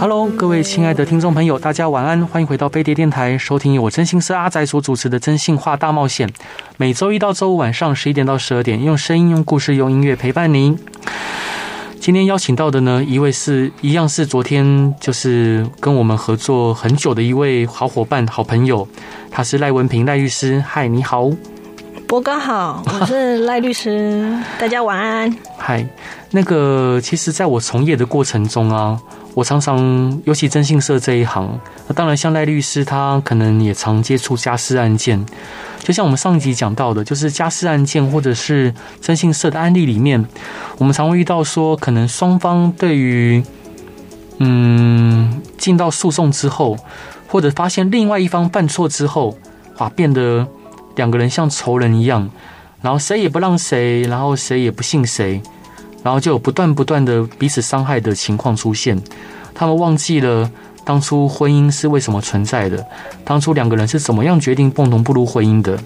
Hello，各位亲爱的听众朋友，大家晚安，欢迎回到飞碟电台，收听由我真心社阿仔所主持的《真心话大冒险》，每周一到周五晚上十一点到十二点，用声音、用故事、用音乐陪伴您。今天邀请到的呢，一位是一样是昨天就是跟我们合作很久的一位好伙伴、好朋友，他是赖文平赖律师。嗨，你好，博哥好，我是赖律师，大家晚安。嗨，那个其实在我从业的过程中啊，我常常尤其征信社这一行，那当然像赖律师他可能也常接触家事案件，就像我们上一集讲到的，就是家事案件或者是征信社的案例里面，我们常会遇到说，可能双方对于嗯进到诉讼之后，或者发现另外一方犯错之后，哇，变得两个人像仇人一样，然后谁也不让谁，然后谁也不信谁，然后就有不断不断的彼此伤害的情况出现。他们忘记了当初婚姻是为什么存在的，当初两个人是怎么样决定共同步入婚姻的。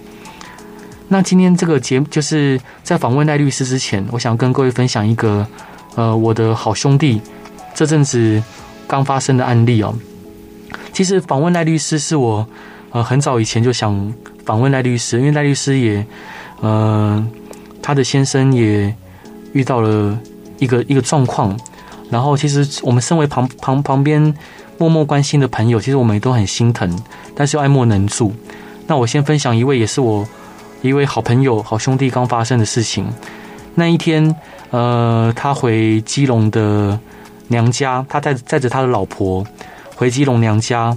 那今天这个节目就是在访问赖律师之前，我想跟各位分享一个，呃，我的好兄弟这阵子刚发生的案例哦。其实访问赖律师是我呃很早以前就想访问赖律师，因为赖律师也呃他的先生也遇到了一个一个状况，然后其实我们身为旁旁旁边默默关心的朋友，其实我们也都很心疼，但是又爱莫能助。那我先分享一位也是我一位好朋友、好兄弟刚发生的事情。那一天，呃，他回基隆的娘家，他带载着他的老婆回基隆娘家，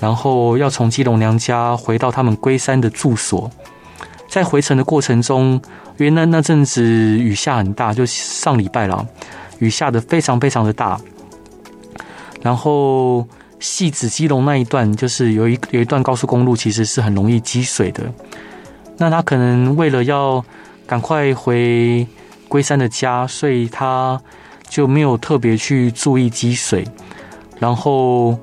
然后要从基隆娘家回到他们龟山的住所。在回程的过程中，因为那那阵子雨下很大，就上礼拜了，雨下的非常非常的大。然后戏子基隆那一段，就是有一有一段高速公路，其实是很容易积水的。那他可能为了要赶快回龟山的家，所以他就没有特别去注意积水，然后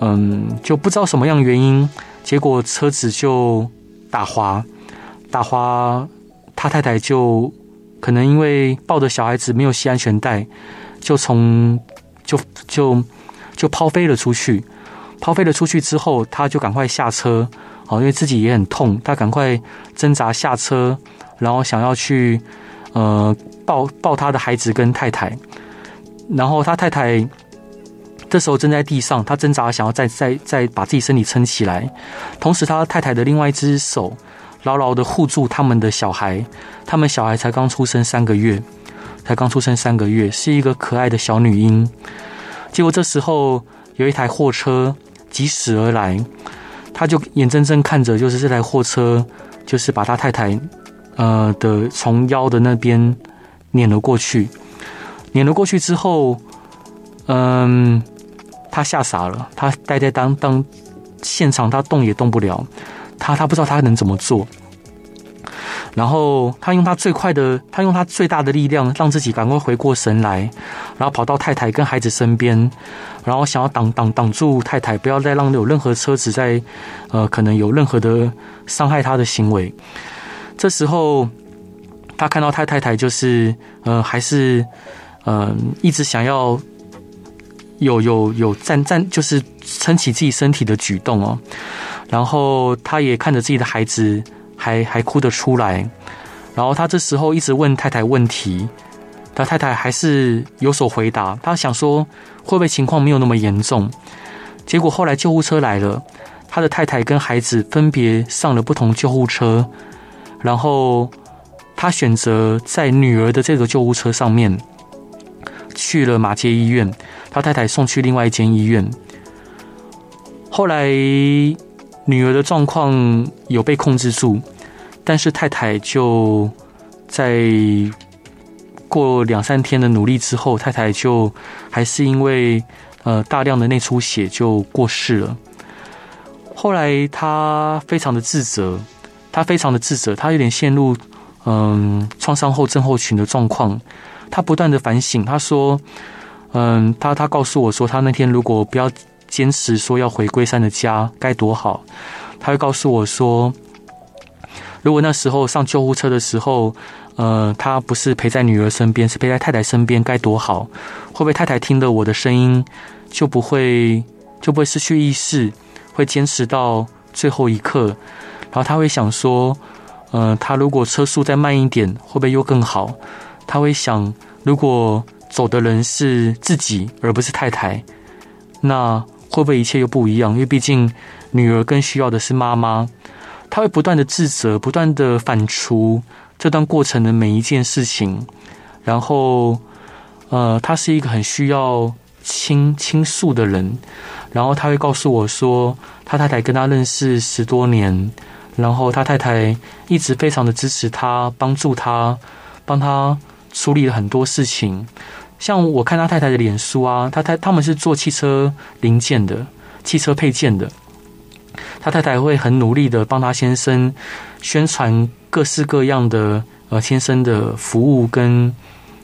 嗯，就不知道什么样的原因，结果车子就打滑，打滑，他太太就可能因为抱着小孩子没有系安全带，就从就就就抛飞了出去，抛飞了出去之后，他就赶快下车，好，因为自己也很痛，他赶快挣扎下车，然后想要去呃抱抱他的孩子跟太太，然后他太太这时候正在地上，他挣扎想要再再再把自己身体撑起来，同时他太太的另外一只手牢牢的护住他们的小孩，他们小孩才刚出生三个月，才刚出生三个月，是一个可爱的小女婴。结果这时候有一台货车疾驶而来，他就眼睁睁看着，就是这台货车就是把他太太呃的从腰的那边碾了过去，碾了过去之后，嗯，他吓傻了，他呆呆当当，现场他动也动不了，他他不知道他能怎么做。然后他用他最快的，他用他最大的力量，让自己赶快回过神来，然后跑到太太跟孩子身边，然后想要挡挡挡住太太，不要再让有任何车子在，呃，可能有任何的伤害他的行为。这时候，他看到他太太就是，呃，还是，嗯、一直想要有有有站站，就是撑起自己身体的举动哦。然后他也看着自己的孩子还还哭得出来，然后他这时候一直问太太问题，他太太还是有所回答。他想说会不会情况没有那么严重？结果后来救护车来了，他的太太跟孩子分别上了不同救护车，然后他选择在女儿的这个救护车上面去了马街医院，他太太送去另外一间医院。后来女儿的状况有被控制住，但是太太就在过两三天的努力之后，太太就还是因为呃大量的内出血就过世了。后来她非常的自责，他非常的自责，他有点陷入嗯创伤后症候群的状况。他不断的反省，他说，嗯，他他告诉我说，他那天如果不要坚持说要回龟山的家，该多好。他会告诉我说，如果那时候上救护车的时候，呃，他不是陪在女儿身边，是陪在太太身边，该多好。会不会太太听了我的声音，就不会就不会失去意识，会坚持到最后一刻？然后他会想说，呃，他如果车速再慢一点，会不会又更好？他会想，如果走的人是自己而不是太太，那会不会一切又不一样？因为毕竟女儿更需要的是妈妈。他会不断的自责，不断呃的反刍这段过程的每一件事情，然后，呃，他是一个很需要倾倾诉的人，然后他会告诉我说，他太太跟他认识十多年，然后他太太一直非常的支持他，帮助他，帮他处理了很多事情。像我看他太太的脸书啊，他太他们是做汽车零件的，汽车配件的。他太太会很努力的帮他先生宣传各式各样的呃先生的服务跟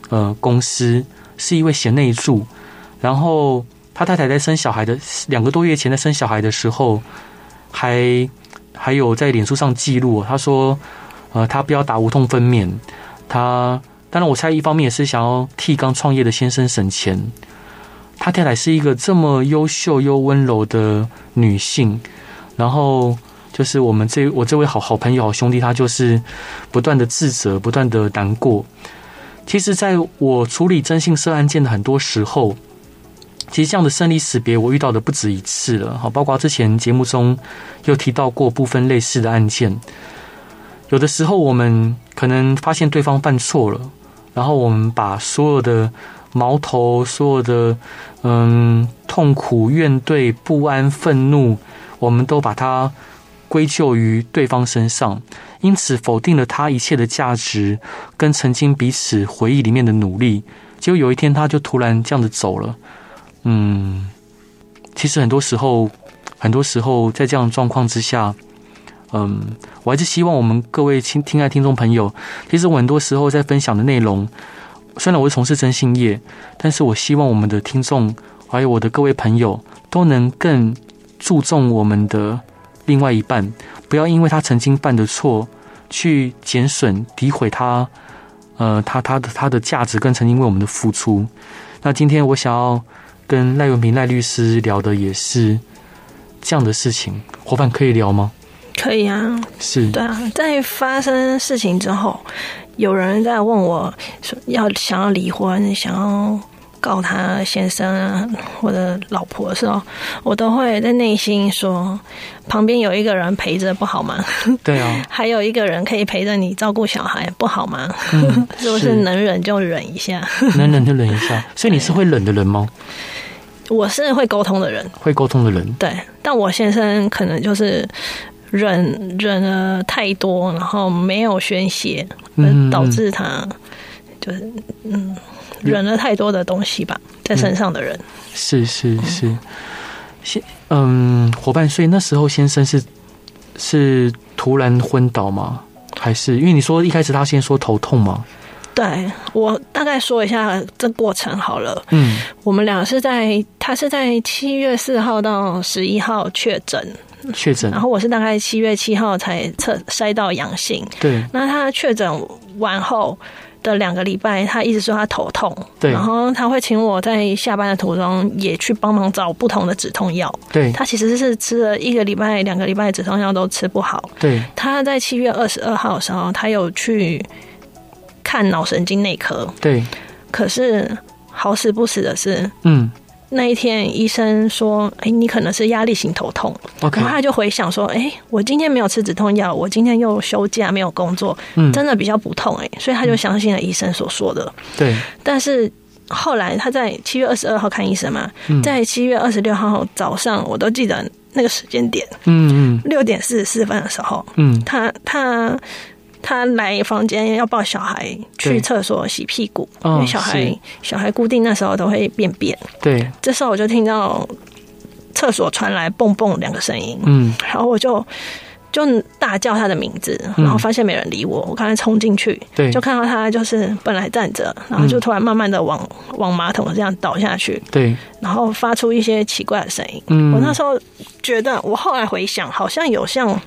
呃公司，是一位贤内助。然后他太太在生小孩的两个多月前，在生小孩的时候，还还有在脸书上记录，哦他说呃他不要打无痛分娩，他当然我猜一方面也是想要替刚创业的先生省钱。他太太是一个这么优秀又温柔的女性，然后就是我们这我这位好好朋友、好兄弟，他就是不断的自责，不断的难过。其实，在我处理征信社案件的很多时候，其实这样的生离死别，我遇到的不止一次了。好，包括之前节目中有提到过部分类似的案件。有的时候，我们可能发现对方犯错了，然后我们把所有的矛头、所有的嗯痛苦、怨怼、不安、愤怒，我们都把它归咎于对方身上，因此否定了他一切的价值跟曾经彼此回忆里面的努力。结果有一天，他就突然这样子走了。嗯，其实很多时候，很多时候在这样的状况之下，嗯，我还是希望我们各位亲听爱听众朋友，其实我很多时候在分享的内容，虽然我是从事征信业，但是我希望我们的听众还有我的各位朋友都能更注重我们的另外一半，不要因为他曾经犯的错去减损、诋毁他，呃，他他的他的价值跟曾经为我们的付出。那今天我想要跟赖文平赖律师聊的也是这样的事情，伙伴可以聊吗？可以啊，是，对啊，在发生事情之后，有人在问我说要想要离婚，想要告他先生啊或者老婆的时候，我都会在内心说，旁边有一个人陪着不好吗？ 对啊，还有一个人可以陪着你照顾小孩不好吗？，嗯 是不是能忍就忍一下？ 能忍就忍一下。所以你是会忍的人吗？我是会沟通的人，会沟通的人，对，但我先生可能就是忍忍了太多，然后没有宣泄，嗯导致他就是嗯忍了太多的东西吧，在身上的人。是嗯是是。先嗯，伙伴，所以那时候先生是是突然昏倒吗？还是因为你说一开始他先说头痛嘛？对我大概说一下这过程好了。嗯，我们俩是在他是在七月四号到十一号确诊，确诊然，后我是大概七月七号才测筛到阳性。对那他确诊完后的两个礼拜，他一直说他头痛，对然后他会请我在下班的途中也去帮忙找不同的止痛药。对他其实是吃了一个礼拜、两个礼拜止痛药都吃不好。对，他在七月二十二号的时候，他有去看脑神经内科，对，可是好死不死的是。嗯那一天，医生说：“哎、你可能是压力型头痛。” ，OK，然后他就回想说：“哎、我今天没有吃止痛药，我今天又休假没有工作，嗯，真的比较不痛哎、所以他就相信了医生所说的。对，但是后来他在七月二十二号看医生嘛，嗯在七月二十六号早上，我都记得那个时间点，嗯嗯六点四十四分的时候，嗯，他他他来房间要抱小孩去对厕所洗屁股，哦因为小孩、是小孩固定那时候都会便便，对，这时候我就听到厕所传来蹦蹦两个声音，嗯然后我就。就大叫他的名字，然后发现没人理我，我刚才冲进去，对嗯就看到他就是本来站着，然后就突然慢慢的往、往马桶这样倒下去，对，然后发出一些奇怪的声音。嗯，我那时候觉得，我后来回想，好像有像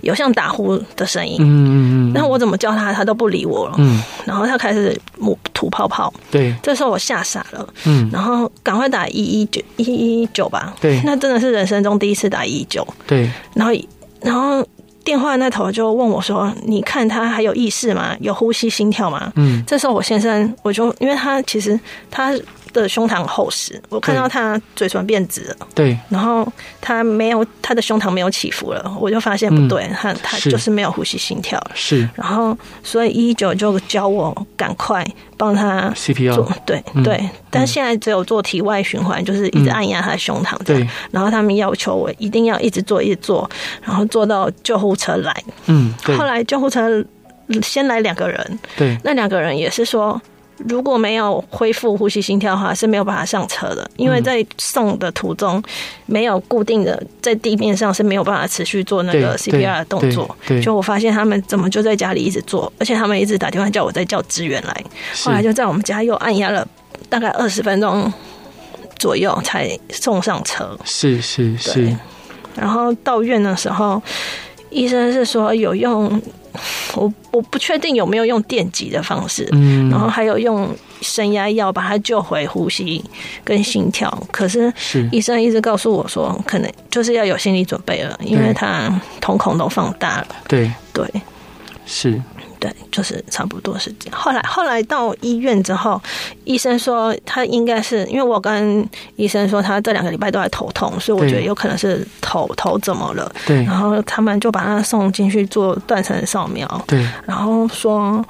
有像打呼的声音，嗯嗯嗯，但我怎么叫他，他都不理我了。嗯，然后他开始抹吐泡泡，对，这时候我吓傻了，嗯，然后赶快打一一九一一九吧。对那真的是人生中第一次打一一九，对，然后然后电话那头就问我说：“你看他还有意识吗？有呼吸、心跳吗？”嗯，这时候我先生我就因为他其实他的胸膛很厚实，我看到他嘴唇变直了，对，然后他没有他的胸膛没有起伏了，我就发现不对，他他嗯是就是没有呼吸心跳了。是然后，所以一九就教我赶快帮他做 CPR，，对嗯对，但现在只有做体外循环，就是一直按压他的胸膛这样。对然后他们要求我一定要一直做，一直做，然后做到救护车来。嗯，对后，来救护车先来两个人，对，那两个人也是说，如果没有恢复呼吸心跳的话，是没有办法上车的，因为嗯在送的途中没有固定的在地面上是没有办法持续做那个对对 CPR 的动作。对对就我发现他们怎么就在家里一直做，而且他们一直打电话叫我再叫支援来，是后来就在我们家又按压了大概二十分钟左右才送上车。是是是，然后到院的时候，医生是说有用，我我不确定有没有用电击的方式，嗯，然后还有用升压药把他救回呼吸跟心跳。可是是医生一直告诉我说，可能就是要有心理准备了，因为他瞳孔都放大了。对，对是对，就是差不多是这样。后来后来到医院之后，医生说他应该是因为我跟医生说他这两个礼拜都在头痛，所以我对嗯觉得有可能是头头怎么了。对然后他们就把他送进去做断层扫描，对然后说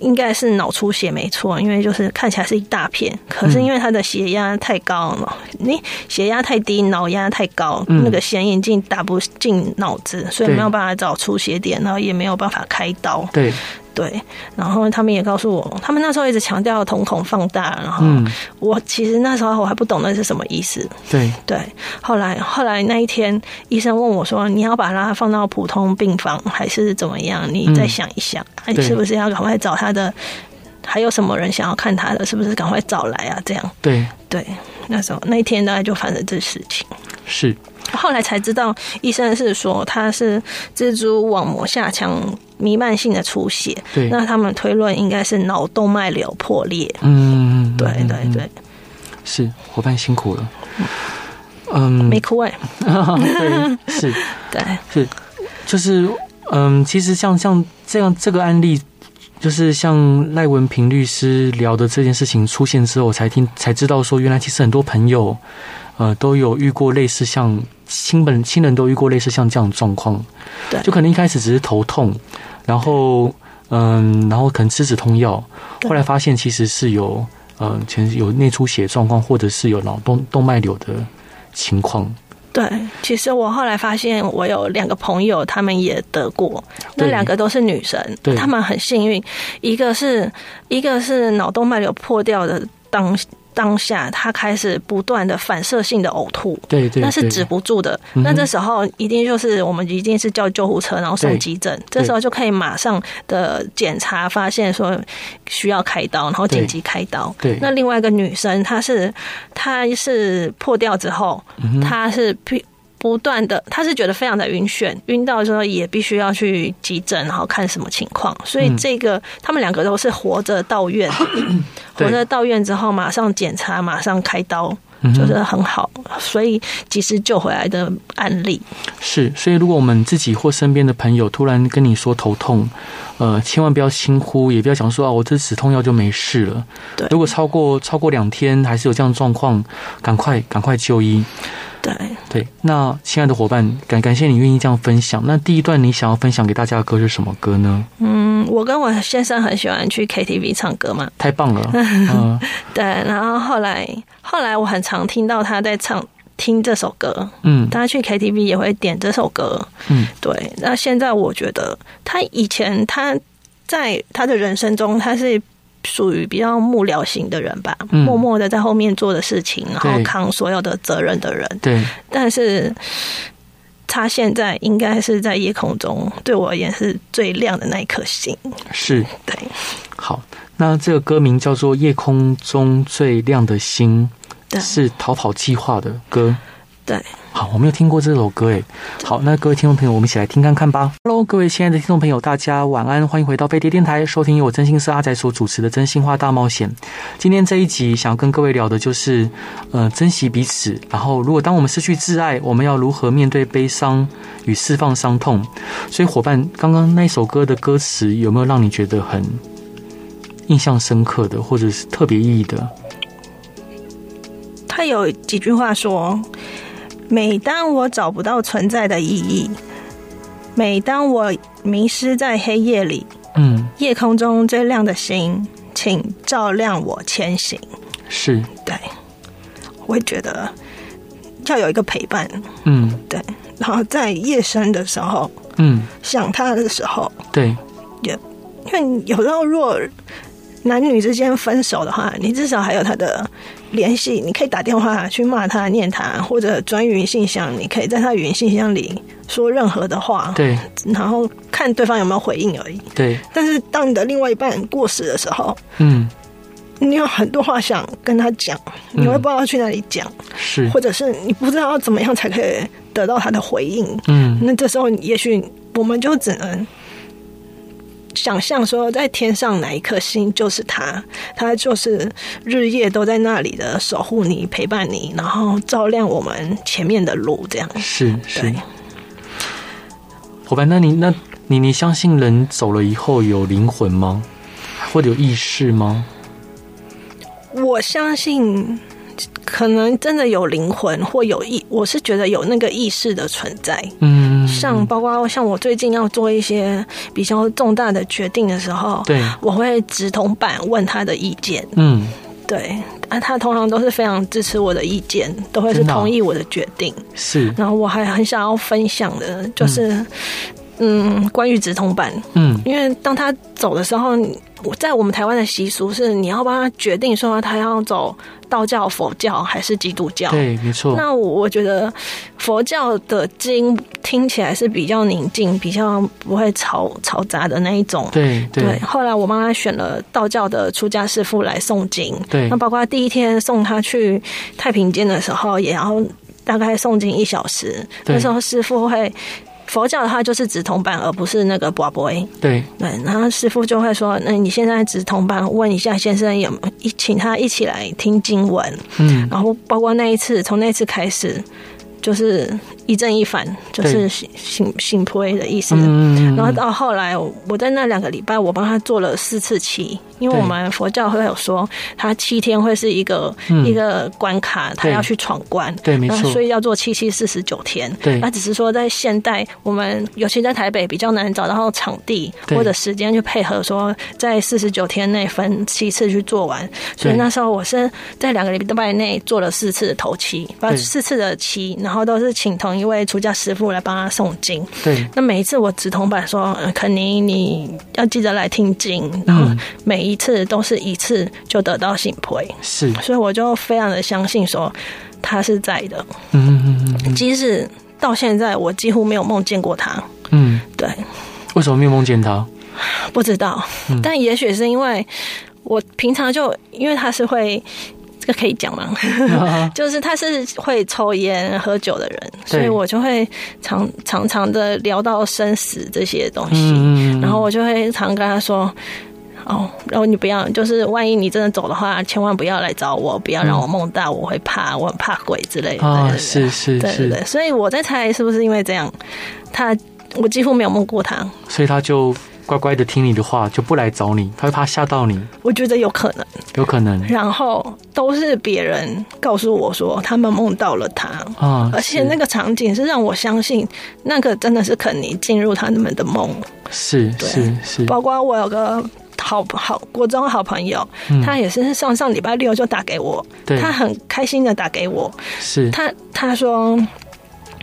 应该是脑出血没错，因为就是看起来是一大片，可是嗯因为他的血压太高了，你、血压太低，脑压太高，嗯那个显影镜打不进脑子，所以对没有办法找出血点，然后也没有办法开刀。对，对，然后他们也告诉我，他们那时候一直强调瞳孔放大，然后嗯，我其实那时候我还不懂那是什么意思，对对，后来后来那一天，医生问我说：“你要把他放到普通病房还是怎么样？你再想一想，哎对是不是要赶快找他的？还有什么人想要看他的？是不是赶快找来啊？这样对对，那时候那一天大概就发生这事情。是，后来才知道，医生是说他是蜘蛛网膜下腔弥漫性的出血，对，那他们推论应该是脑动脉瘤破裂。嗯，对对嗯，对，是伙伴辛苦了，嗯，没哭哎、对是。对是，就是嗯，其实像像这样这个案例，就是像赖文平律师聊的这件事情出现之后，我才听才知道说，原来其实很多朋友呃都有遇过类似像亲本亲人都遇过类似像这样的状况，对就可能一开始只是头痛，然后嗯，然后可能吃止痛药，对后来发现其实是有嗯、呃，前有内出血状况，或者是有脑动动脉瘤的情况，对，其实我后来发现，我有两个朋友，他们也得过，那对两个都是女生对，她们很幸运，一个是一个是脑动脉瘤破掉的当当下，她开始不断的反射性的呕吐。对对，那是对止不住的，嗯哼那这时候一定就是我们一定是叫救护车，然后送急诊，对这时候就可以马上的检查，发现说需要开刀，然后紧急开刀。对那另外一个女生，她是她是破掉之后，嗯她是不不断的，她是觉得非常的晕眩，晕到之后也必须要去急诊，然后看什么情况。所嗯以这个、他们两个都是活着到院，对活着到院之后马上检查，马上开刀。嗯哼就是很好，所以及时救回来的案例。是，所以如果我们自己或身边的朋友突然跟你说头痛，呃，千万不要轻忽，也不要想说啊，我这止痛药就没事了。对如果超过超过两天还是有这样的状况，赶快赶快就医。对，对，那亲爱的伙伴，感感谢你愿意这样分享。那第一段你想要分享给大家的歌是什么歌呢？嗯，我跟我先生很喜欢去 KTV 唱歌嘛，太棒 了，嗯、对，然后后来后来我很常听到他在唱听这首歌，嗯他去 KTV 也会点这首歌。嗯，对，那现在我觉得他以前他在他的人生中，他是属于比较幕僚型的人吧，嗯默默的在后面做的事情，然后对扛所有的责任的人。对但是他现在应该是在夜空中，对我而言是最亮的那一颗星。是对，好。那这个歌名叫做《夜空中最亮的星对》，是逃跑计划的歌。对，好，我没有听过这首歌诶。好，那各位听众朋友，我们一起来听看看吧。Hello，各位亲爱的听众朋友，大家晚安，欢迎回到飞碟电台，收听由我真心社阿仔所主持的《真心话大冒险》。今天这一集想要跟各位聊的就是，呃，珍惜彼此。然后，如果当我们失去挚爱，我们要如何面对悲伤与释放伤痛？所以，伙伴，刚刚那首歌的歌词有没有让你觉得很印象深刻的，或者是特别意义的？他有几句话说：“每当我找不到存在的意义，每当我迷失在黑夜里，嗯，夜空中最亮的星，请照亮我前行。是，”对，我会觉得要有一个陪伴。嗯对，然后在夜深的时候嗯，想他的时候，对，因为有时候如果男女之间分手的话，你至少还有他的联系，你可以打电话去骂他、念他，或者转语音信箱，你可以在他语音信箱里说任何的话，对然后看对方有没有回应而已。对，但是当你的另外一半过世的时候，嗯，你有很多话想跟他讲，你会不知道去哪里讲，是，或者是你不知道怎么样才可以得到他的回应。嗯那这时候，也许我们就只能想象说，在天上哪一颗星就是它，它就是日夜都在那里的守护你、陪伴你，然后照亮我们前面的路，这样。是是对。伙伴，那你那你你相信人走了以后有灵魂吗？或者有意识吗？我相信，可能真的有灵魂或有意，我是觉得有那个意识的存在。嗯，像包括像我最近要做一些比较重大的决定的时候，对，我会直通版问他的意见。嗯，对，啊，他通常都是非常支持我的意见，都会是真的哦同意我的决定。是，然后我还很想要分享的，就是嗯关于直通版，嗯，因为当他走的时候，我在我们台湾的习俗是你要帮他决定说他要走道教、佛教还是基督教。对，没错，那我我觉得佛教的经听起来是比较宁静、比较不会吵吵杂的那一种，对对对，后来我帮他选了道教的出家师傅来诵经。对那包括第一天送他去太平间的时候，也要大概诵经一小时。对那时候师傅会。佛教的话就是直通班，而不是那个卜卜。对，对，然后师傅就会说：“那你现在直通班，问一下先生有没有一请他一起来听经文。”嗯，然后包括那一次，从那次开始，就是一正一反，就对是醒醒醒推的意思。嗯，然后到后来，我在那两个礼拜，我帮他做了四次期，因为对我们佛教会有说，他七天会是一个、嗯一个关卡，他对要去闯关。对，没那错所，以要做七七四十九天。对那只是说在现代，我们尤其在台北比较难找到场地对或者时间去配合，说在四十九天内分七次去做完。所以那时候我是在两个礼拜内做了四次的头七，把对四次的七，然后都是请同一位出家师傅来帮他诵经。对，那每一次我直通版说，呃肯尼你要记得来听经，然后每一次都是一次就得到幸亏，是，所以我就非常的相信说他是在的，嗯嗯嗯即使到现在我几乎没有梦见过他，嗯，对，为什么没有梦见他？不知道，嗯但也许是因为我平常就因为他是会。这个可以讲吗？ 嗯 就是他是会抽烟喝酒的人，所以我就会常常常的聊到生死这些东西。 嗯，然后我就会常跟他说。哦，然后你不要，就是万一你真的走的话，千万不要来找我，不要让我梦到，我会怕，我很怕鬼之类的。嗯啊，对是是对对对对是，对，所以我在猜是不是因为这样，他我几乎没有梦过他，所以他就乖乖的听你的话，就不来找你，他会怕吓到你，我觉得有可能。有可能然后都是别人告诉我说他们梦到了他，啊，而且那个场景是让我相信那个真的是肯尼进入他们的梦。是是是，包括我有个好好国中好朋友，嗯他也是上上礼拜六就打给我，对他很开心的打给我，嗯是，他他说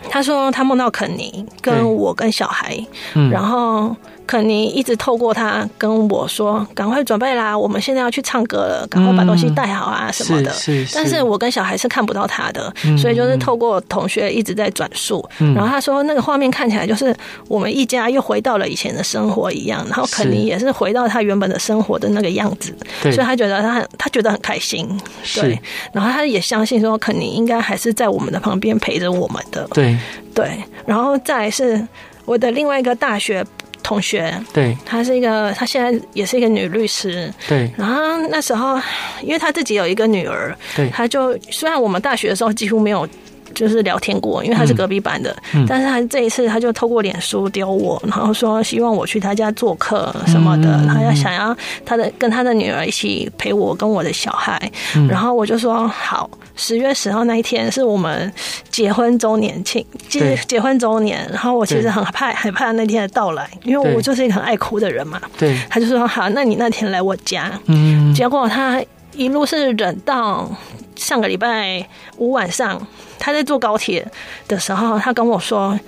他说他梦到肯尼对跟我跟小孩，嗯然后可能一直透过他跟我说：“赶快准备啦，我们现在要去唱歌了，赶快把东西带好啊什么是的。是是，但是我跟小孩是看不到他的，所以就是透过同学一直在转述。嗯然后他说，那个画面看起来就是我们一家又回到了以前的生活一样，然后肯是尼也是回到他原本的生活的那个样子，对所以他觉得他很他觉得很开心，是对，。然后他也相信说，肯尼应该还是在我们的旁边陪着我们的，对对。然后再来是我的另外一个大学同学，对她是一个，她现在也是一个女律师，对然后那时候，因为他自己有一个女儿，对他就虽然我们大学的时候几乎没有就是聊天过，因为他是隔壁班的，嗯但是他这一次他就透过脸书丢我，然后说希望我去他家做客什么的，嗯他要想要他的跟他的女儿一起陪我跟我的小孩，嗯然后我就说好，十月十号那一天是我们结婚周年庆，对结结婚周年，然后我其实很害怕害怕那天的到来，因为对我就是一个很爱哭的人嘛，对，他就说好，那你那天来我家，嗯，结果他一路是忍到上个礼拜五晚上，他在坐高铁的时候，他跟我说。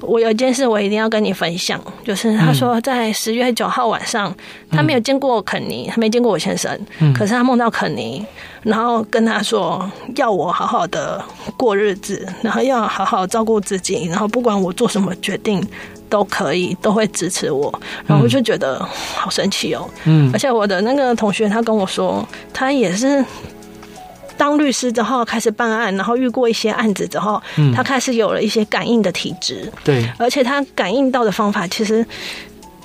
我有一件事我一定要跟你分享，就是他说在十月九号晚上，他没有见过肯尼，他没见过我先生，可是他梦到肯尼，然后跟他说要我好好的过日子，然后要好好照顾自己，然后不管我做什么决定都可以，都会支持我。然后我就觉得好神奇哦，嗯而且我的那个同学他跟我说，他也是当律师之后开始办案，然后遇过一些案子之后，嗯他开始有了一些感应的体质，对而且他感应到的方法其实。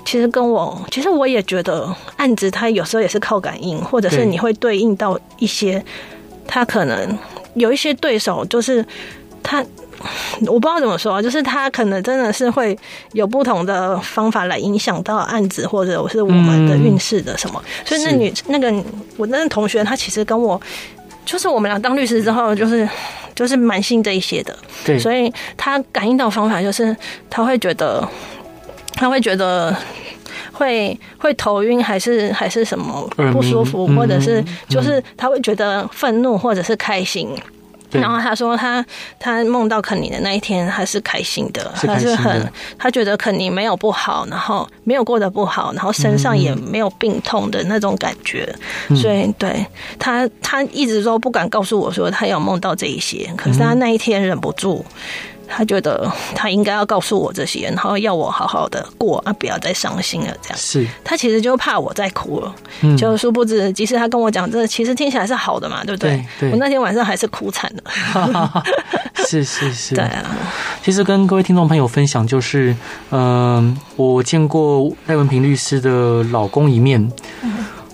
其实跟我，其实我也觉得案子它有时候也是靠感应，或者对是你会对应到一些，他可能有一些对手就是他，我不知道怎么说，啊就是他可能真的是会有不同的方法来影响到案子，或者是我们的运势的什么。所以嗯那是女那个我那个同学，她其实跟我，就是我们俩当律师之后，就是就是蛮信这一些的，对，所以他感应到方法就是他会觉得，他会觉得。会会头晕还是还是什么耳鸣不舒服，嗯或者是嗯就是他会觉得愤怒或者是开心，对然后他说他他梦到肯尼的那一天，他是开心的，是开他心的是很他觉得肯尼没有不好，然后没有过得不好，然后身上也没有病痛的那种感觉，嗯所以对他他一直都不敢告诉我说他有梦到这一些，可是他那一天忍不住。他觉得他应该要告诉我这些，然后要我好好的过啊，不要再伤心了。这样， 是他其实就怕我再哭了，嗯就殊不知，即使他跟我讲这，其实听起来是好的嘛，对不对？对对我那天晚上还是哭惨了。是是是，对啊，其实跟各位听众朋友分享，就是，嗯、我见过赖文平律师的老公一面。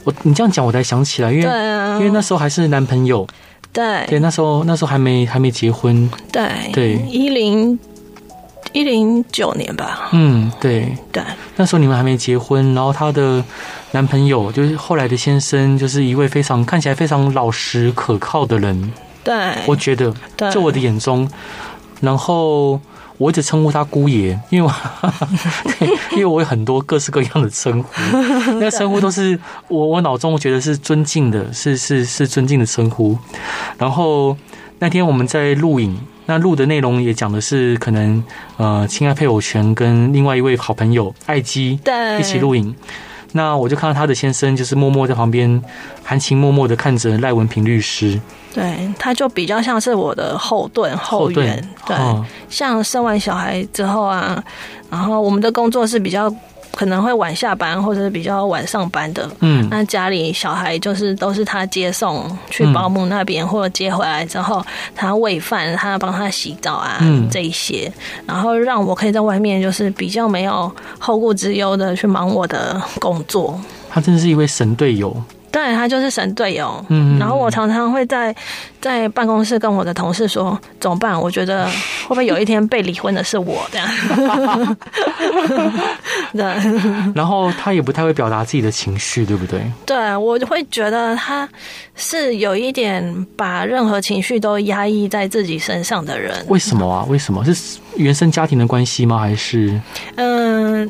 我你这样讲，我才想起来，因为、嗯对啊，因为那时候还是男朋友，对对，那时候那时候还没还没结婚，对对一零一零九年吧，嗯，对，对那时候你们还没结婚，然后她的男朋友就是后来的先生，就是一位非常看起来非常老实可靠的人，对，我觉得，对就我的眼中，然后我一直称呼他姑爷，因为我 对，因为我有很多各式各样的称呼，那称呼都是我我脑中觉得是尊敬的，是是是尊敬的称呼。然后那天我们在录影，那录的内容也讲的是可能呃，亲爱配偶权跟另外一位好朋友艾姬对一起录影。那我就看到她的先生就是默默在旁边含情脉脉的看着赖文平律师对，他就比较像是我的后盾后盾援，对，哦像生完小孩之后啊，然后我们的工作是比较可能会晚下班或者是比较晚上班的，嗯，那家里小孩就是都是他接送去保姆那边，或者接回来之后，他喂饭，他帮他洗澡啊、嗯这一些，然后让我可以在外面就是比较没有后顾之忧的去忙我的工作。他真的是一位神队友，对他就是神队友，嗯然后我常常会在在办公室跟我的同事说，怎么办？我觉得会不会有一天被离婚的是我这样？ 对。然后他也不太会表达自己的情绪，对不对？对，我就会觉得他是有一点把任何情绪都压抑在自己身上的人。为什么啊？为什么是原生家庭的关系吗？还是嗯，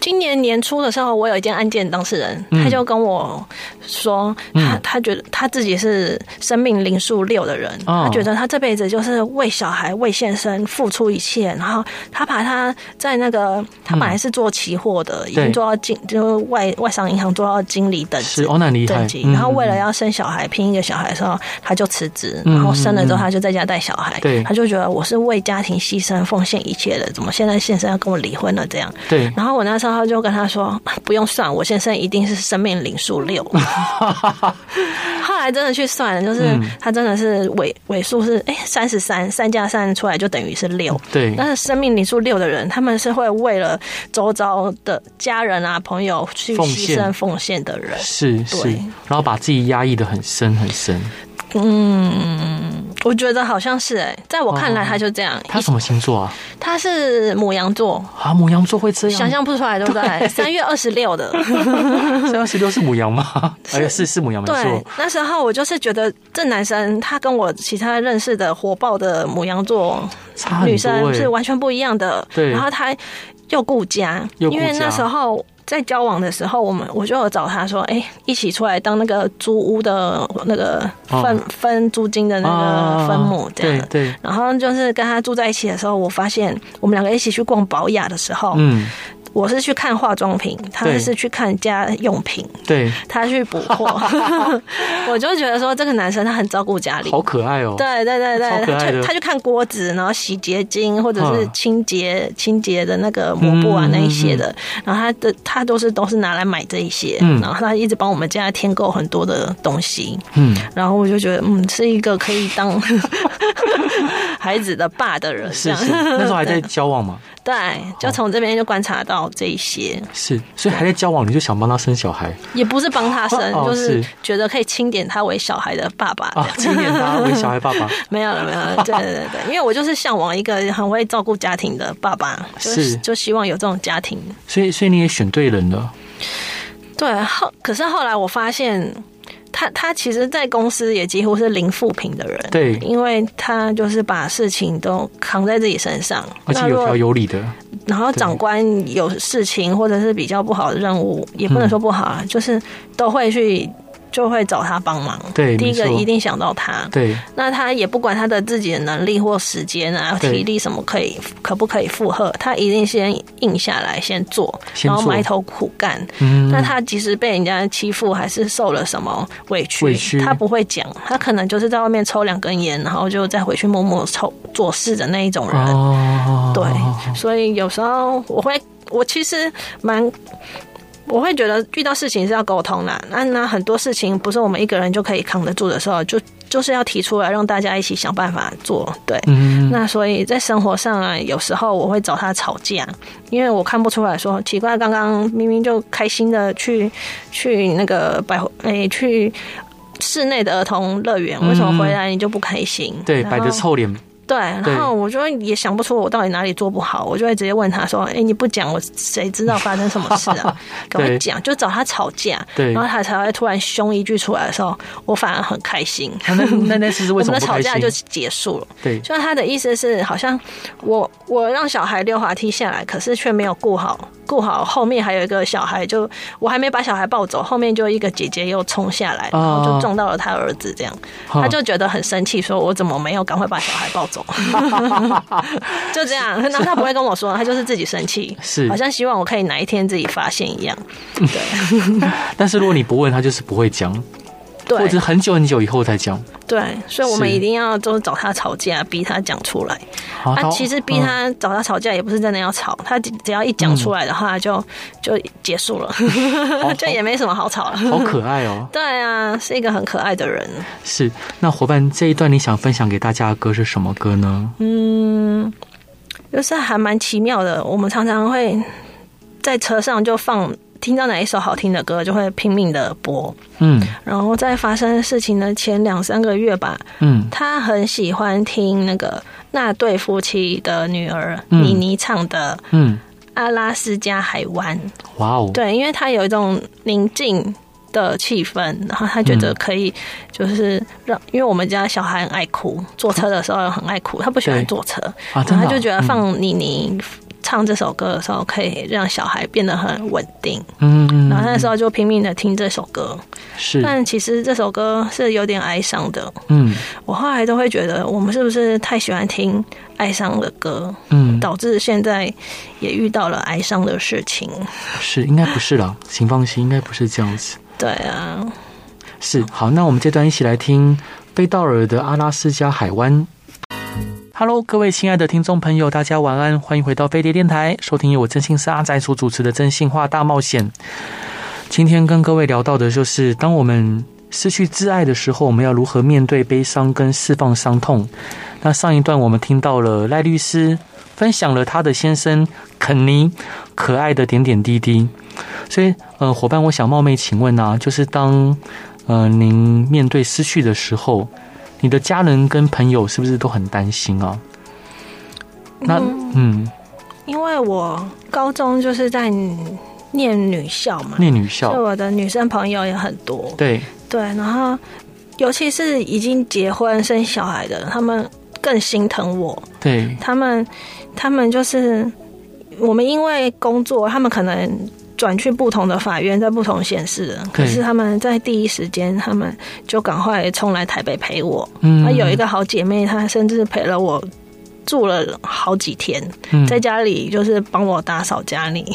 今年年初的时候，我有一件案件当事人，嗯他就跟我说，他他觉得他自己是生命灵数六的人，哦他觉得他这辈子就是为小孩、为先生付出一切，然后他把他在那个他本来是做期货嗯的，已经做到经就是外外商银行做到经理等是级。哦，那很厉害等级，。嗯然后为了嗯要生小孩，拼一个小孩的时候，他就辞职，嗯然后生了之嗯后嗯他就在家带小孩，对他就觉得我是为家庭牺牲、奉献一切的，怎么现在先生要跟我离婚了这样？对，然后我那时候就跟他说，不用算，我先生一定是生命灵 数六。后来真的去算了，就是嗯他真的是尾尾数是哎三十三，三加三出来就等于是六。对，但是生命灵数六的人，他们是会为了周遭的家人啊、朋友去奉牺献牲奉献的人。是是对，然后把自己压抑的很深很深。嗯我觉得好像是哎、在我看来哦他就这样。他什么星座啊？他是母羊座，啊，母羊座会这样？想象不出来对不对？三月二十 六的。三二十六是母羊 吗？哎，是是母羊没对错。，那时候我就是觉得这男生他跟我其他认识的火爆的母羊座差很女多生是哎。完全不一样的。对然后他又顾家，又顾因家为那时候。在交往的时候，我们我就有找他说，哎、一起出来当那个租屋的那个分、哦分租金的那个分母这样对。对，然后就是跟他住在一起的时候，我发现我们两个一起去逛保雅的时候，嗯，我是去看化妆品，他对是去看家用品。对，他去补 货，我就觉得说这个男生他很照顾家里。好可爱哦。对对对对，超可他爱的就他就看锅子，然后洗洁精或者是嗯清洁、清洁的那个抹布啊嗯那一些的，然后他的他都是都是拿来买这一些，嗯然后他一直帮我们家添购很多的东西， 嗯，然后我就觉得嗯是一个可以 当孩子的爸的人，这是样是，那时候还在交往嘛， 对，就从这边就观察到这一些，是，所以还在交往，你就想帮他生小孩 也不是帮他生，哦就是是觉得可以钦点他为小孩的爸爸这啊样，纪念他为小孩爸爸。 没有了，没有了。对对对对，因为我就是向往一个很会照顾家庭的爸爸，就是是就希望有这种家庭。所以，所以你也选对人了，对，后可是后来我发现。他他其实，在公司也几乎是零负评的人，对因为他就是把事情都扛在自己身上，而且那如有果条有理的。然后长官有事情或者是比较不好的任务，也不能说不好嗯啊，就是都会去就会找他帮忙，对第一个没错一定想到他，对，那他也不管他的自己的能力或时间啊、对体力什么可以可不可以负荷，他一定先硬下来，先做，先做然后埋头苦干。嗯，那他即使被人家欺负，还是受了什么委屈，委屈他不会讲，他可能就是在外面抽两根烟，然后就再回去默默抽做事的那一种人。哦，对，所以有时候我会，我其实蛮。我会觉得遇到事情是要沟通啦，那那很多事情不是我们一个人就可以扛得住的时候，就就是要提出来让大家一起想办法做。对，嗯，那所以在生活上啊，有时候我会找他吵架，因为我看不出来说奇怪，刚刚明明就开心的去去那个百货，诶、去室内的儿童乐园，为什么回来你就不开心？对，然摆着后臭脸，对，然后我就也想不出我到底哪里做不好，我就会直接问他说：“哎、你不讲，我谁知道发生什么事 啊？跟我讲，就找他吵架，对然后他才会突然凶一句出来的时候，我反而很开心。那那那那次是为我什们么不的吵开架心就？结束了。对，就他的意思是，好像我我让小孩溜滑梯下来，可是却没有顾好顾好后面还有一个小孩就，我还没把小孩抱走，后面就一个姐姐又冲下来，哦然后就撞到了他儿子，这样、他就觉得很生气，说我怎么没有赶快把小孩抱 走？就这样，那他不会跟我说，他就是自己生气，是好像希望我可以哪一天自己发现一样。但是如果你不问，他就是不会讲，对或者很久很久以后才讲。对，所以我们是一定要就是找他吵架，逼他讲出来。啊啊，到其实逼嗯他找他吵架也不是真的要吵，他只只要一讲出来的话嗯就、就结束了， 就也没什么好吵了。好可爱哦。对啊，是一个很可爱的人。是，那伙伴这一段你想分享给大家的歌是什么歌呢？就是还蛮奇妙的。我们常常会在车上就放，听到哪一首好听的歌，就会拼命的播。嗯然后在发生事情的前两三个月吧，嗯，他很喜欢听那个那对夫妻的女儿嗯妮妮唱的《嗯，阿拉斯加海湾》。哇哦，对，因为他有一种宁静的气氛，然后他觉嗯得可以就是让，因为我们家小孩很爱哭，坐车的时候很爱哭，他不喜欢对坐车，啊，然真后的他啊就觉得放妮妮。唱这首歌的时候，可以让小孩变得很稳定。嗯，嗯然后那时候候就拼命的听这首歌，是，但其实这首歌是有点哀伤的。嗯我后来都会觉得，我们是不是太喜欢听哀伤的歌，嗯，导致现在也遇到了哀伤的事情？是，应该不是啦，请放心，应该不是这样子。对啊，是，好，那我们这段一起来听贝道尔的《阿拉斯加海湾》。Hello，各位亲爱的听众朋友，大家晚安，欢迎回到飞碟电台，收听由我真心是阿仔所主持的《真心话大冒险》。今天跟各位聊到的就是，当我们失去挚爱的时候，我们要如何面对悲伤跟释放伤痛。那上一段我们听到了赖律师分享了他的先生肯尼可爱的点点滴滴，所以呃，伙伴，我想冒昧请问啊，就是当呃，您面对失去的时候，你的家人跟朋友是不是都很担心啊？那嗯，因为我高中就是在念女校嘛，那女所以校我的女生朋友也很多。对，对，然后尤其是已经结婚生小孩的，他们更心疼我。对，他们，他们就是我们因为工作，他们可能转去不同的法院，在不同县市了。对可是他们在第一时间，他们就赶快冲来台北陪我。嗯啊，有一个好姐妹，她甚至陪了我。住了好几天，嗯在家里就是帮我打扫家 里，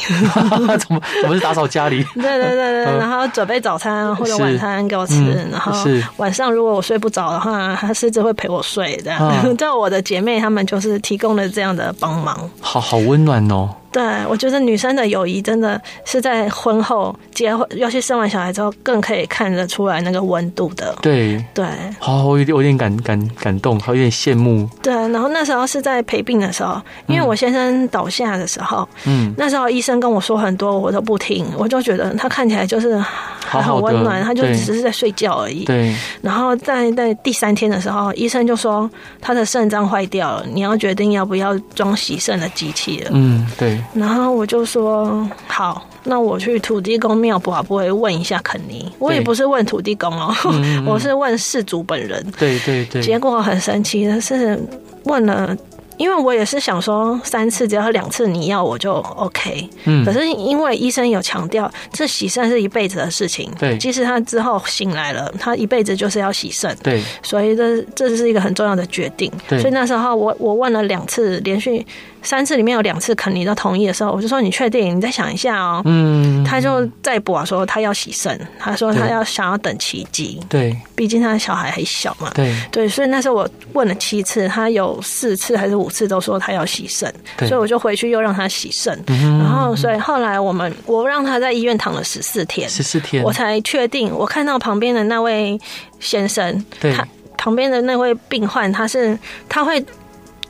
怎么怎么是打扫家里？对对对对，嗯然后准备早餐或者是晚餐给我吃，嗯然后是晚上如果我睡不着的话，她甚至会陪我睡的。 啊这样我的姐妹她们就是提供了这样的帮忙。好好温暖哦，对，我觉得女生的友谊真的是在婚后结婚，尤其生完小孩之后，更可以看得出来那个温度的。对，对好，我有点我有点感感感动，还有点羡慕，对，然后那时候是在陪病的时候，因为我先生倒下的时候，嗯，那时候医生跟我说很多，我都不听，我就觉得他看起来就是好还好很的温暖，他就对只是在睡觉而已。对，然后在在第三天的时候，医生就说他的肾脏坏掉了，你要决定要不要装洗肾的机器了。嗯，对，然后我就说好，那我去土地公庙卜卜会问一下肯尼。我也不是问土地公哦，嗯 我是问事主本人。对对结对，果很神奇的是，问了，因为我也是想说三次，只要两次你要我就 OK。嗯可，是因为医生有强调，这洗肾是一辈子的事情。对即使他之后醒来了，他一辈子就是要洗肾。对，所以这这是一个很重要的决定。对所以那时候我我问了两次，连续三次里面有两次肯尼都同意的时候，我就说你确定？你再想一下哦。嗯，他就再补啊，说他要洗肾，他说他对要想要等奇迹，对毕竟他的小孩还小嘛。对对，所以那时候我问了七次，他有四次还是五次都说他要洗肾，对，嗯所以我就回去又让他洗肾，然后所以后来我们我让他在医院躺了十四天，十四天，我才确定，我看到旁边的那位先生，对他旁边的那位病患，他是他会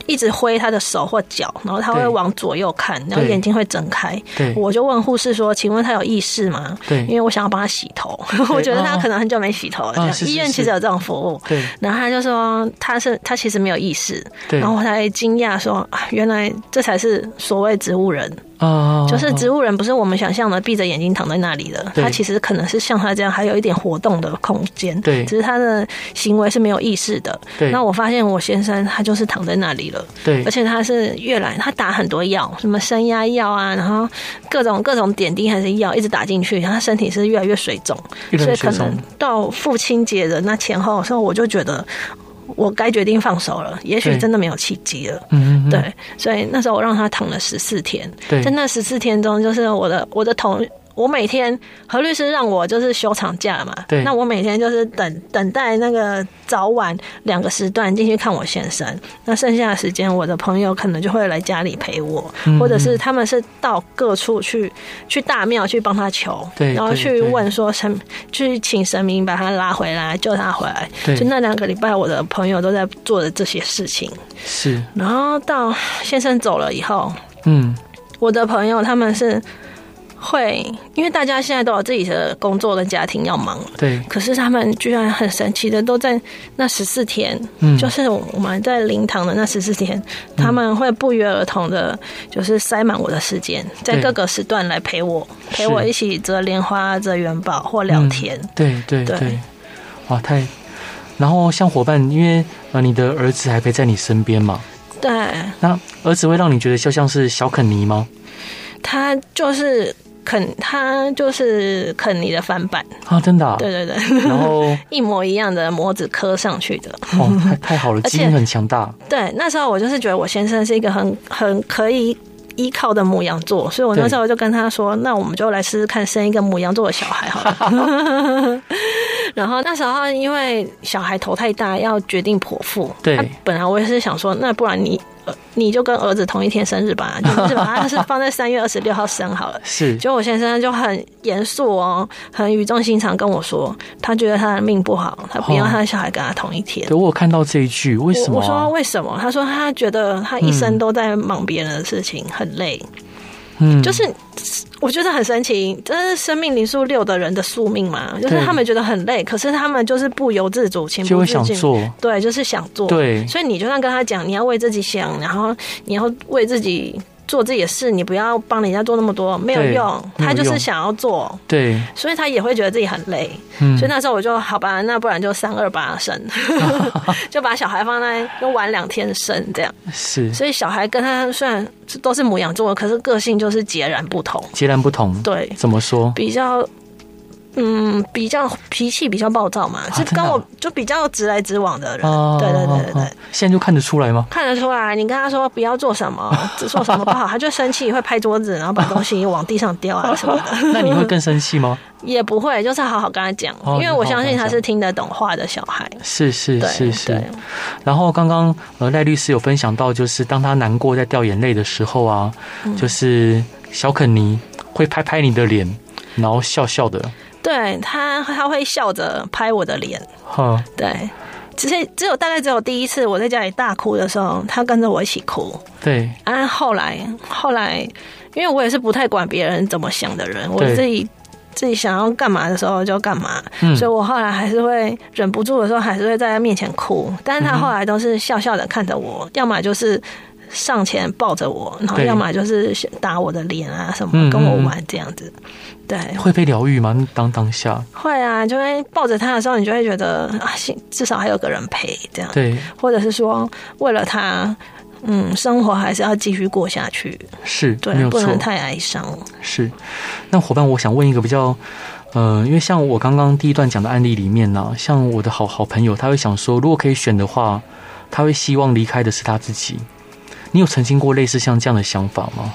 一直挥他的手或脚，然后他会对往左右看，然后对眼睛会睁开。对我就问护士说：“请问他有意识吗？”对因为我想要帮他洗头， 我觉得他可能很久没洗头了。这啊样是是医院其是实有这种服务。对然后他就说他是他其实没有意识，对，然后我才惊讶说啊，原来这才是所谓植物人。啊，就是植物人不是我们想象的闭着眼睛躺在那里的，对他其实可能是像他这样，还有一点活动的空间。对只是他的行为是没有意识的。对那我发现我先生他就是躺在那里了，对而且他是越来他打很多药，什么升压药啊，然后各种各种点滴还是药一直打进去，然后他身体是越来越水肿，一所人以可水能中，到父亲节的那前后，所以我就觉得我该决定放手了，也许对真的没有契机了。嗯嗯嗯对，所以那时候我让他躺了十四天。对在那十四天中，就是我的我的同我每天何律师让我就是休长假嘛，对那我每天就是等等待那个早晚两个时段进去看我先生。那剩下的时间，我的朋友可能就会来家里陪我，嗯或者是他们是到各处去去大庙去帮他求，对然后对去对问说神，去请神明把他拉回来，救他回来。对就那两个礼拜，我的朋友都在做的这些事情。是，然后到先生走了以后，嗯，我的朋友他们是会，因为大家现在都有自己的工作跟家庭要忙，对，可是他们居然很神奇的都在那十四天，嗯，就是我们在灵堂的那十四天，他们会不约而同的，就是塞满我的时间，在对各个时段来陪我，是陪我一起折莲花、折元宝或聊天。嗯对对对对，哇，太。然后像伙伴，因为呃你的儿子还陪在你身边嘛，对，那儿子会让你觉得就像是小肯尼吗？他就是肯，他就是肯尼的翻版，啊，真的、啊。对对 对，然后一模一样的模子刻上去的。哦，太太好了，而且基因很强大。对，那时候我就是觉得我先生是一个很很可以依靠的母羊座，所以我那对时候就跟他说，那我们就来试试看生一个母羊座的小孩好了。 然后那时候因为小孩头太大，要决定剖腹。对那本来我也是想说，那不然你。呃你就跟儿子同一天生日吧， 就是把他是放在三月二十六号生好了。是，结果我先生就很严肃哦，很语重心长跟我说，他觉得他的命不好，他不要哦他的小孩跟他同一天。对我有看到这一句，为什么、我我啊说？为什么？他说他觉得他一生都在忙别人的事情，很累。嗯，就是我觉得很神奇，这是生命灵数六的人的宿命嘛，就是对他们觉得很累，可是他们就是不由自主、情就不会自想禁。做，对，就是想做。，对，所以你就算跟他讲，你要为自己想，然后你要为自己做自己的事，你不要帮人家做那么多，没有对用。没有他就是用想要做，对，所以他也会觉得自己很累。嗯所以，那时候我就好吧，那不然就三二八 生， 就把小孩放在就玩两天生这样。是所以小孩跟他虽然都是母羊座，可是个性就是截然不同。截然不同。对，怎么说？比较。嗯，比较脾气比较暴躁嘛，是真的跟啊我就比较直来直往的人，啊，对对对对对啊，现在就看得出来 吗？看得出来。你跟他说不要做什么，只做什么不好，他就生气，会拍桌子，然后把东西往地上掉啊什么 的，那你会更生气吗？也不会，就是好好跟他讲，哦因为你我好好相跟信他他讲是听得懂话的小孩。是是对是是对。然后刚刚呃赖律师有分享到，就是当他难过在掉眼泪的时候啊，嗯就是小肯尼会拍拍你的脸，然后笑笑的，嗯对他，他会笑着拍我的脸。哈，对，只是只有大概只有第一次我在家里大哭的时候，他跟着我一起哭。对，啊，后来后来，因为我也是不太管别人怎么想的人，我对自己自己想要干嘛的时候就干嘛，嗯所以我后来还是会忍不住的时候，还是会在他面前哭。但是他后来都是笑笑的看着我，要么就是。上前抱着我，然后对要么就是打我的脸啊什嗯么，跟我嗯嗯玩这样子。对，会被疗愈吗？当当下，会啊，就会抱着他的时候，你就会觉得啊，幸至少还有个人陪这样，对，或者是说为了他，嗯，生活还是要继续过下去，是，对啊没，有不错能，太哀伤。是。那伙伴，我想问一个比较，呃，因为像我刚刚第一段讲的案例里面呢、像我的好好朋友，他会想说，如果可以选的话，他会希望离开的是他自己。你有曾经过类似像这样的想法吗？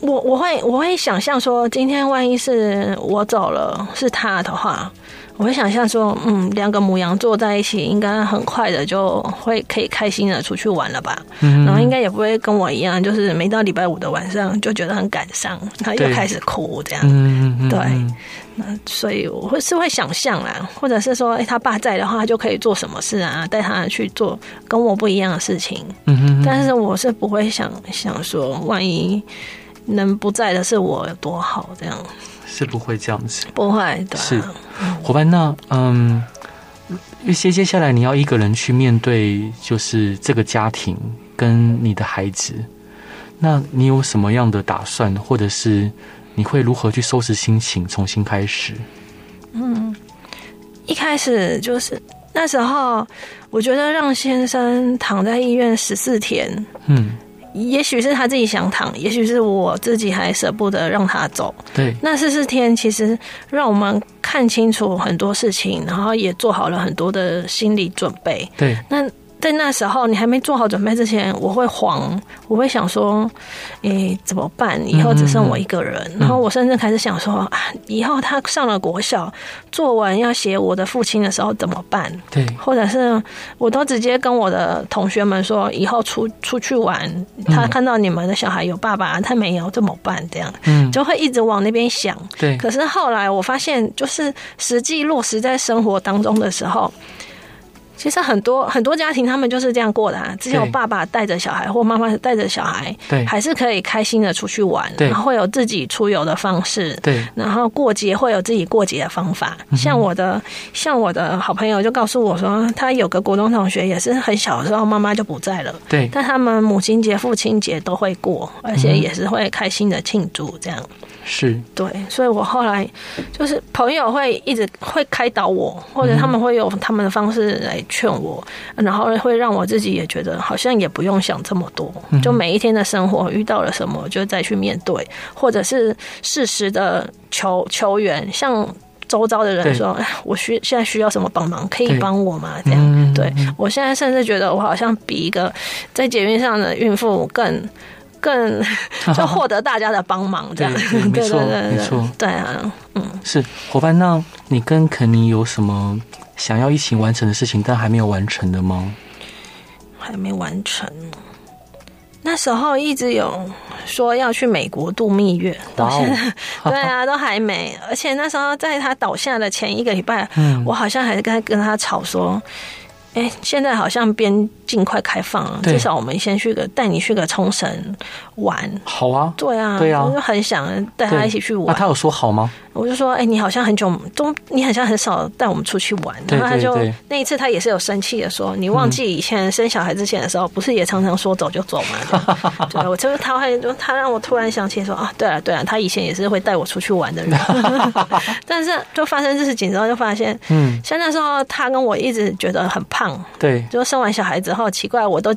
我我会我会想象说，今天万一是我走了，是他的话，我会想象说，嗯，两个母羊坐在一起，应该很快的就会可以开心的出去玩了吧？嗯然后应该也不会跟我一样，就是每到礼拜五的晚上就觉得很感伤，然后又对开始哭这样。嗯嗯，嗯对嗯所以我会是会想象啦，或者是说，哎、他爸在的话，他就可以做什么事啊，带他去做跟我不一样的事情。嗯嗯嗯但是我是不会想想说，万一能不在的是我有多好，这样是不会这样子。不会的、啊是伙伴，那嗯，因为接接下来你要一个人去面对，就是这个家庭跟你的孩子，那你有什么样的打算，或者是你会如何去收拾心情，重新开始？一开始就是那时候，我觉得让先生躺在医院十四天，嗯，也许是他自己想躺，也许是我自己还舍不得让他走。对，那四十天其实让我们看清楚很多事情，然后也做好了很多的心理准备。对，那在那时候，你还没做好准备之前，我会慌，我会想说，诶、怎么办？以后只剩我一个人。然后我甚至开始想说，啊，以后他上了国小，作文要写我的父亲的时候怎么办？对，或者是我都直接跟我的同学们说，以后出出去玩，他看到你们的小孩有爸爸，他没有怎么办？这样嗯，就会一直往那边想。对，可是后来我发现，就是实际落实在生活当中的时候，其实很多很多家庭他们就是这样过的、啊，只有对爸爸带着小孩或妈妈带着小孩，对，还是可以开心的出去玩，对然后会有自己出游的方式。对，然后过节会有自己过节的方法，嗯像我的像我的好朋友就告诉我说，他有个国中同学也是很小的时候妈妈就不在了，对，嗯但他们母亲节、父亲节都会过，而且也是会开心的庆祝这样。是对，所以我后来就是朋友会一直会开导我，或者他们会用他们的方式来劝我，然后会让我自己也觉得好像也不用想这么多，就每一天的生活遇到了什么就再去面对，或者是适时的求求援，像。周遭的人说：“哎，我需现在需要什么帮忙，可以对帮我吗？”这样，嗯对我现在甚至觉得我好像比一个在捷运上的孕妇更 更就获得大家的帮忙，这样对对没 对对错对没对错对，对啊，是伙伴，那你跟肯尼有什么想要一起完成的事情，但还没有完成的吗？还没完成。那时候一直有说要去美国度 蜜月，到哇哦现在对啊，都还没。而且那时候在他倒下的前一个礼拜，嗯我好像还跟跟他吵说，哎、现在好像边境快开放了，对至少我们先去个带你去个冲绳玩。好啊，对啊，对啊我就很想带他对一起去那玩。他有说好吗？我就说，哎、你好像很久都，你好像很少带我们出去玩。对然后他对就对那一次，他也是有生气的说，你忘记以前生小孩之前的时候，不是也常常说走就走吗？ 这样对，我就是他会，他让我突然想起说，啊，对了对了，他以前也是会带我出去 玩的人。但是就发生这事情之后，就发现，嗯，像那时候他跟我一直觉得很胖，对，就生完小孩之后，奇怪，我都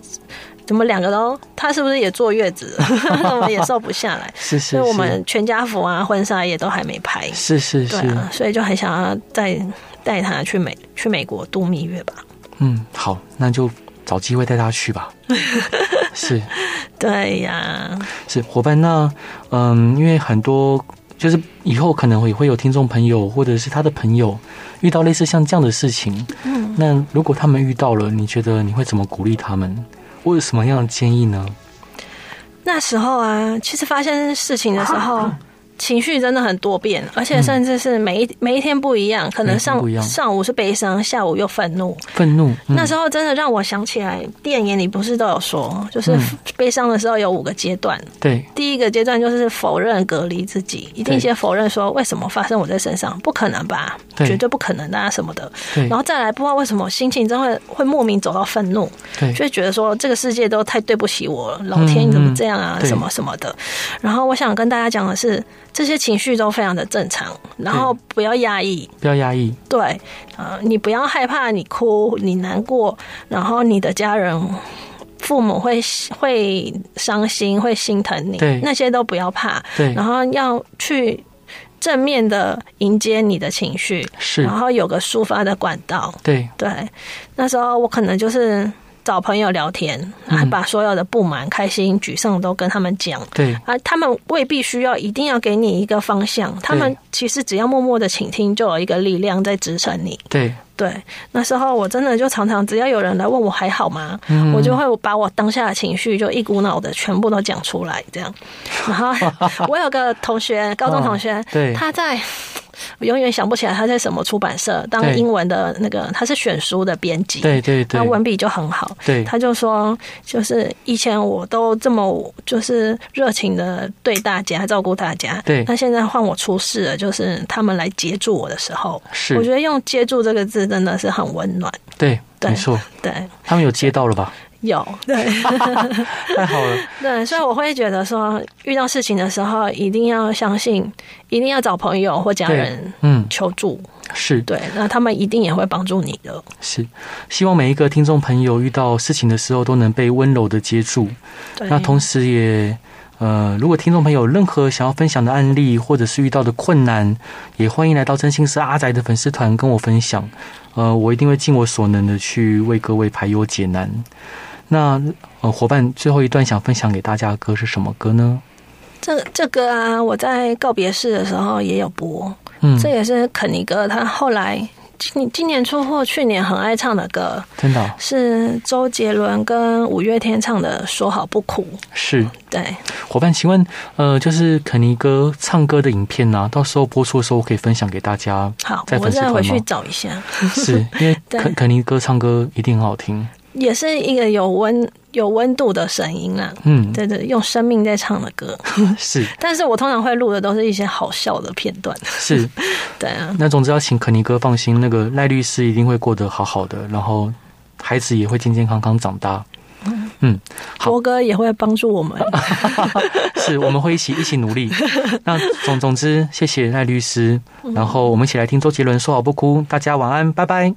怎么两个都，他是不是也坐月子， 怎么也瘦不下来？是所是是，以我们全家福啊、婚纱也都还没拍。是是对是，啊，所以就很想要再带他去美去美国度蜜月吧。嗯，好，那就找机会带他去 吧。是对呀、是，伙伴，那嗯，因为很多就是以后可能会会有听众朋友或者是他的朋友遇到类似像这样的事情，嗯，那如果他们遇到了，你觉得你会怎么鼓励他们？我有什么样的建议呢？那时候啊，其实发生事情的啊时候，情绪真的很多变，而且甚至是每一、每一天不一样，可嗯每能一天上不一样上午是悲伤，下午又愤怒。愤怒，嗯、那时候真的让我想起来，电影里不是都有说，就是嗯悲伤的时候有五个阶段，对第一个阶段就是否认、隔离自己，一定对先否认说为什么发生我在身上，不可能吧，对绝对不可能的啊什么的。对然后再来，不知道为什么心情真会会莫名走到愤怒，对就会觉得说这个世界都太对不起我了，老天你怎么这样啊，嗯对什么什么的。然后我想跟大家讲的是，这些情绪都非常的正常，然后不要压抑。不要压抑，对，呃，你不要害怕，你哭，你难过，然后你的家人、父母会会伤心，会心疼你对，那些都不要怕，对然后要去正面的迎接你的情绪，是然，后有个抒发的管道。对对，那时候我可能就是找朋友聊天，嗯还把所有的不满、开心、沮丧都跟他们讲。对啊，他们未必需要一定要给你一个方向，他们其实只要默默的倾听，就有一个力量在支撑你。对，对，那时候我真的就常常，只要有人来问我还好吗，嗯我就会把我当下的情绪就一股脑的全部都讲出来，这样。然后 我有个同学，高中同学，啊对他在。我永远想不起来他在什么出版社当对英文的那个，他是选书的编辑，对对对他，文笔就很好。对他就说，就是以前我都这么就是热情的对大家照顾大家，对那现在换我出事了，就是他们来接住我的时候，是我觉得用“接住”这个字真的是很温暖。对，对没错，对，他们有接到了吧？有对 太好了，对，所以我会觉得说，遇到事情的时候一定要相信，一定要找朋友或家对人，嗯，求助，是对，那他们一定也会帮助你的。是，希望每一个听众朋友遇到事情的时候都能被温柔的接住。对，那同时也，呃，如果听众朋友有任何想要分享的案例，或者是遇到的困难，也欢迎来到真心是阿宅的粉丝团跟我分享。呃，我一定会尽我所能的去为各位排忧解难。那呃，伙伴最后一段想分享给大家的歌是什么歌呢？这这个啊，我在告别式的时候也有播，嗯，这也是肯尼哥他后来今今年出或去年很爱唱的歌，真的啊、是周杰伦跟五月天唱的《说好不哭》。是对，伙伴，请问，呃，就是肯尼哥唱歌的影片呢、到时候播出的时候，我可以分享给大 家。好在，我粉丝再团回去吗找一下，是因为对肯肯尼哥唱歌一定很好听，也是一个有温有温度的声音啦。嗯，对对，用生命在唱的歌，是但是我通常会录的都是一些好笑的片段。是。对啊，那总之要请肯尼哥放心，那个赖律师一定会过得好好的，然后孩子也会健健康康长大。嗯，好博哥也会帮助我们。是，我们会一起一起努 力。那总嗯总之，谢谢赖律师，然后我们一起来听周杰伦《说好不哭》。大家晚安，拜拜。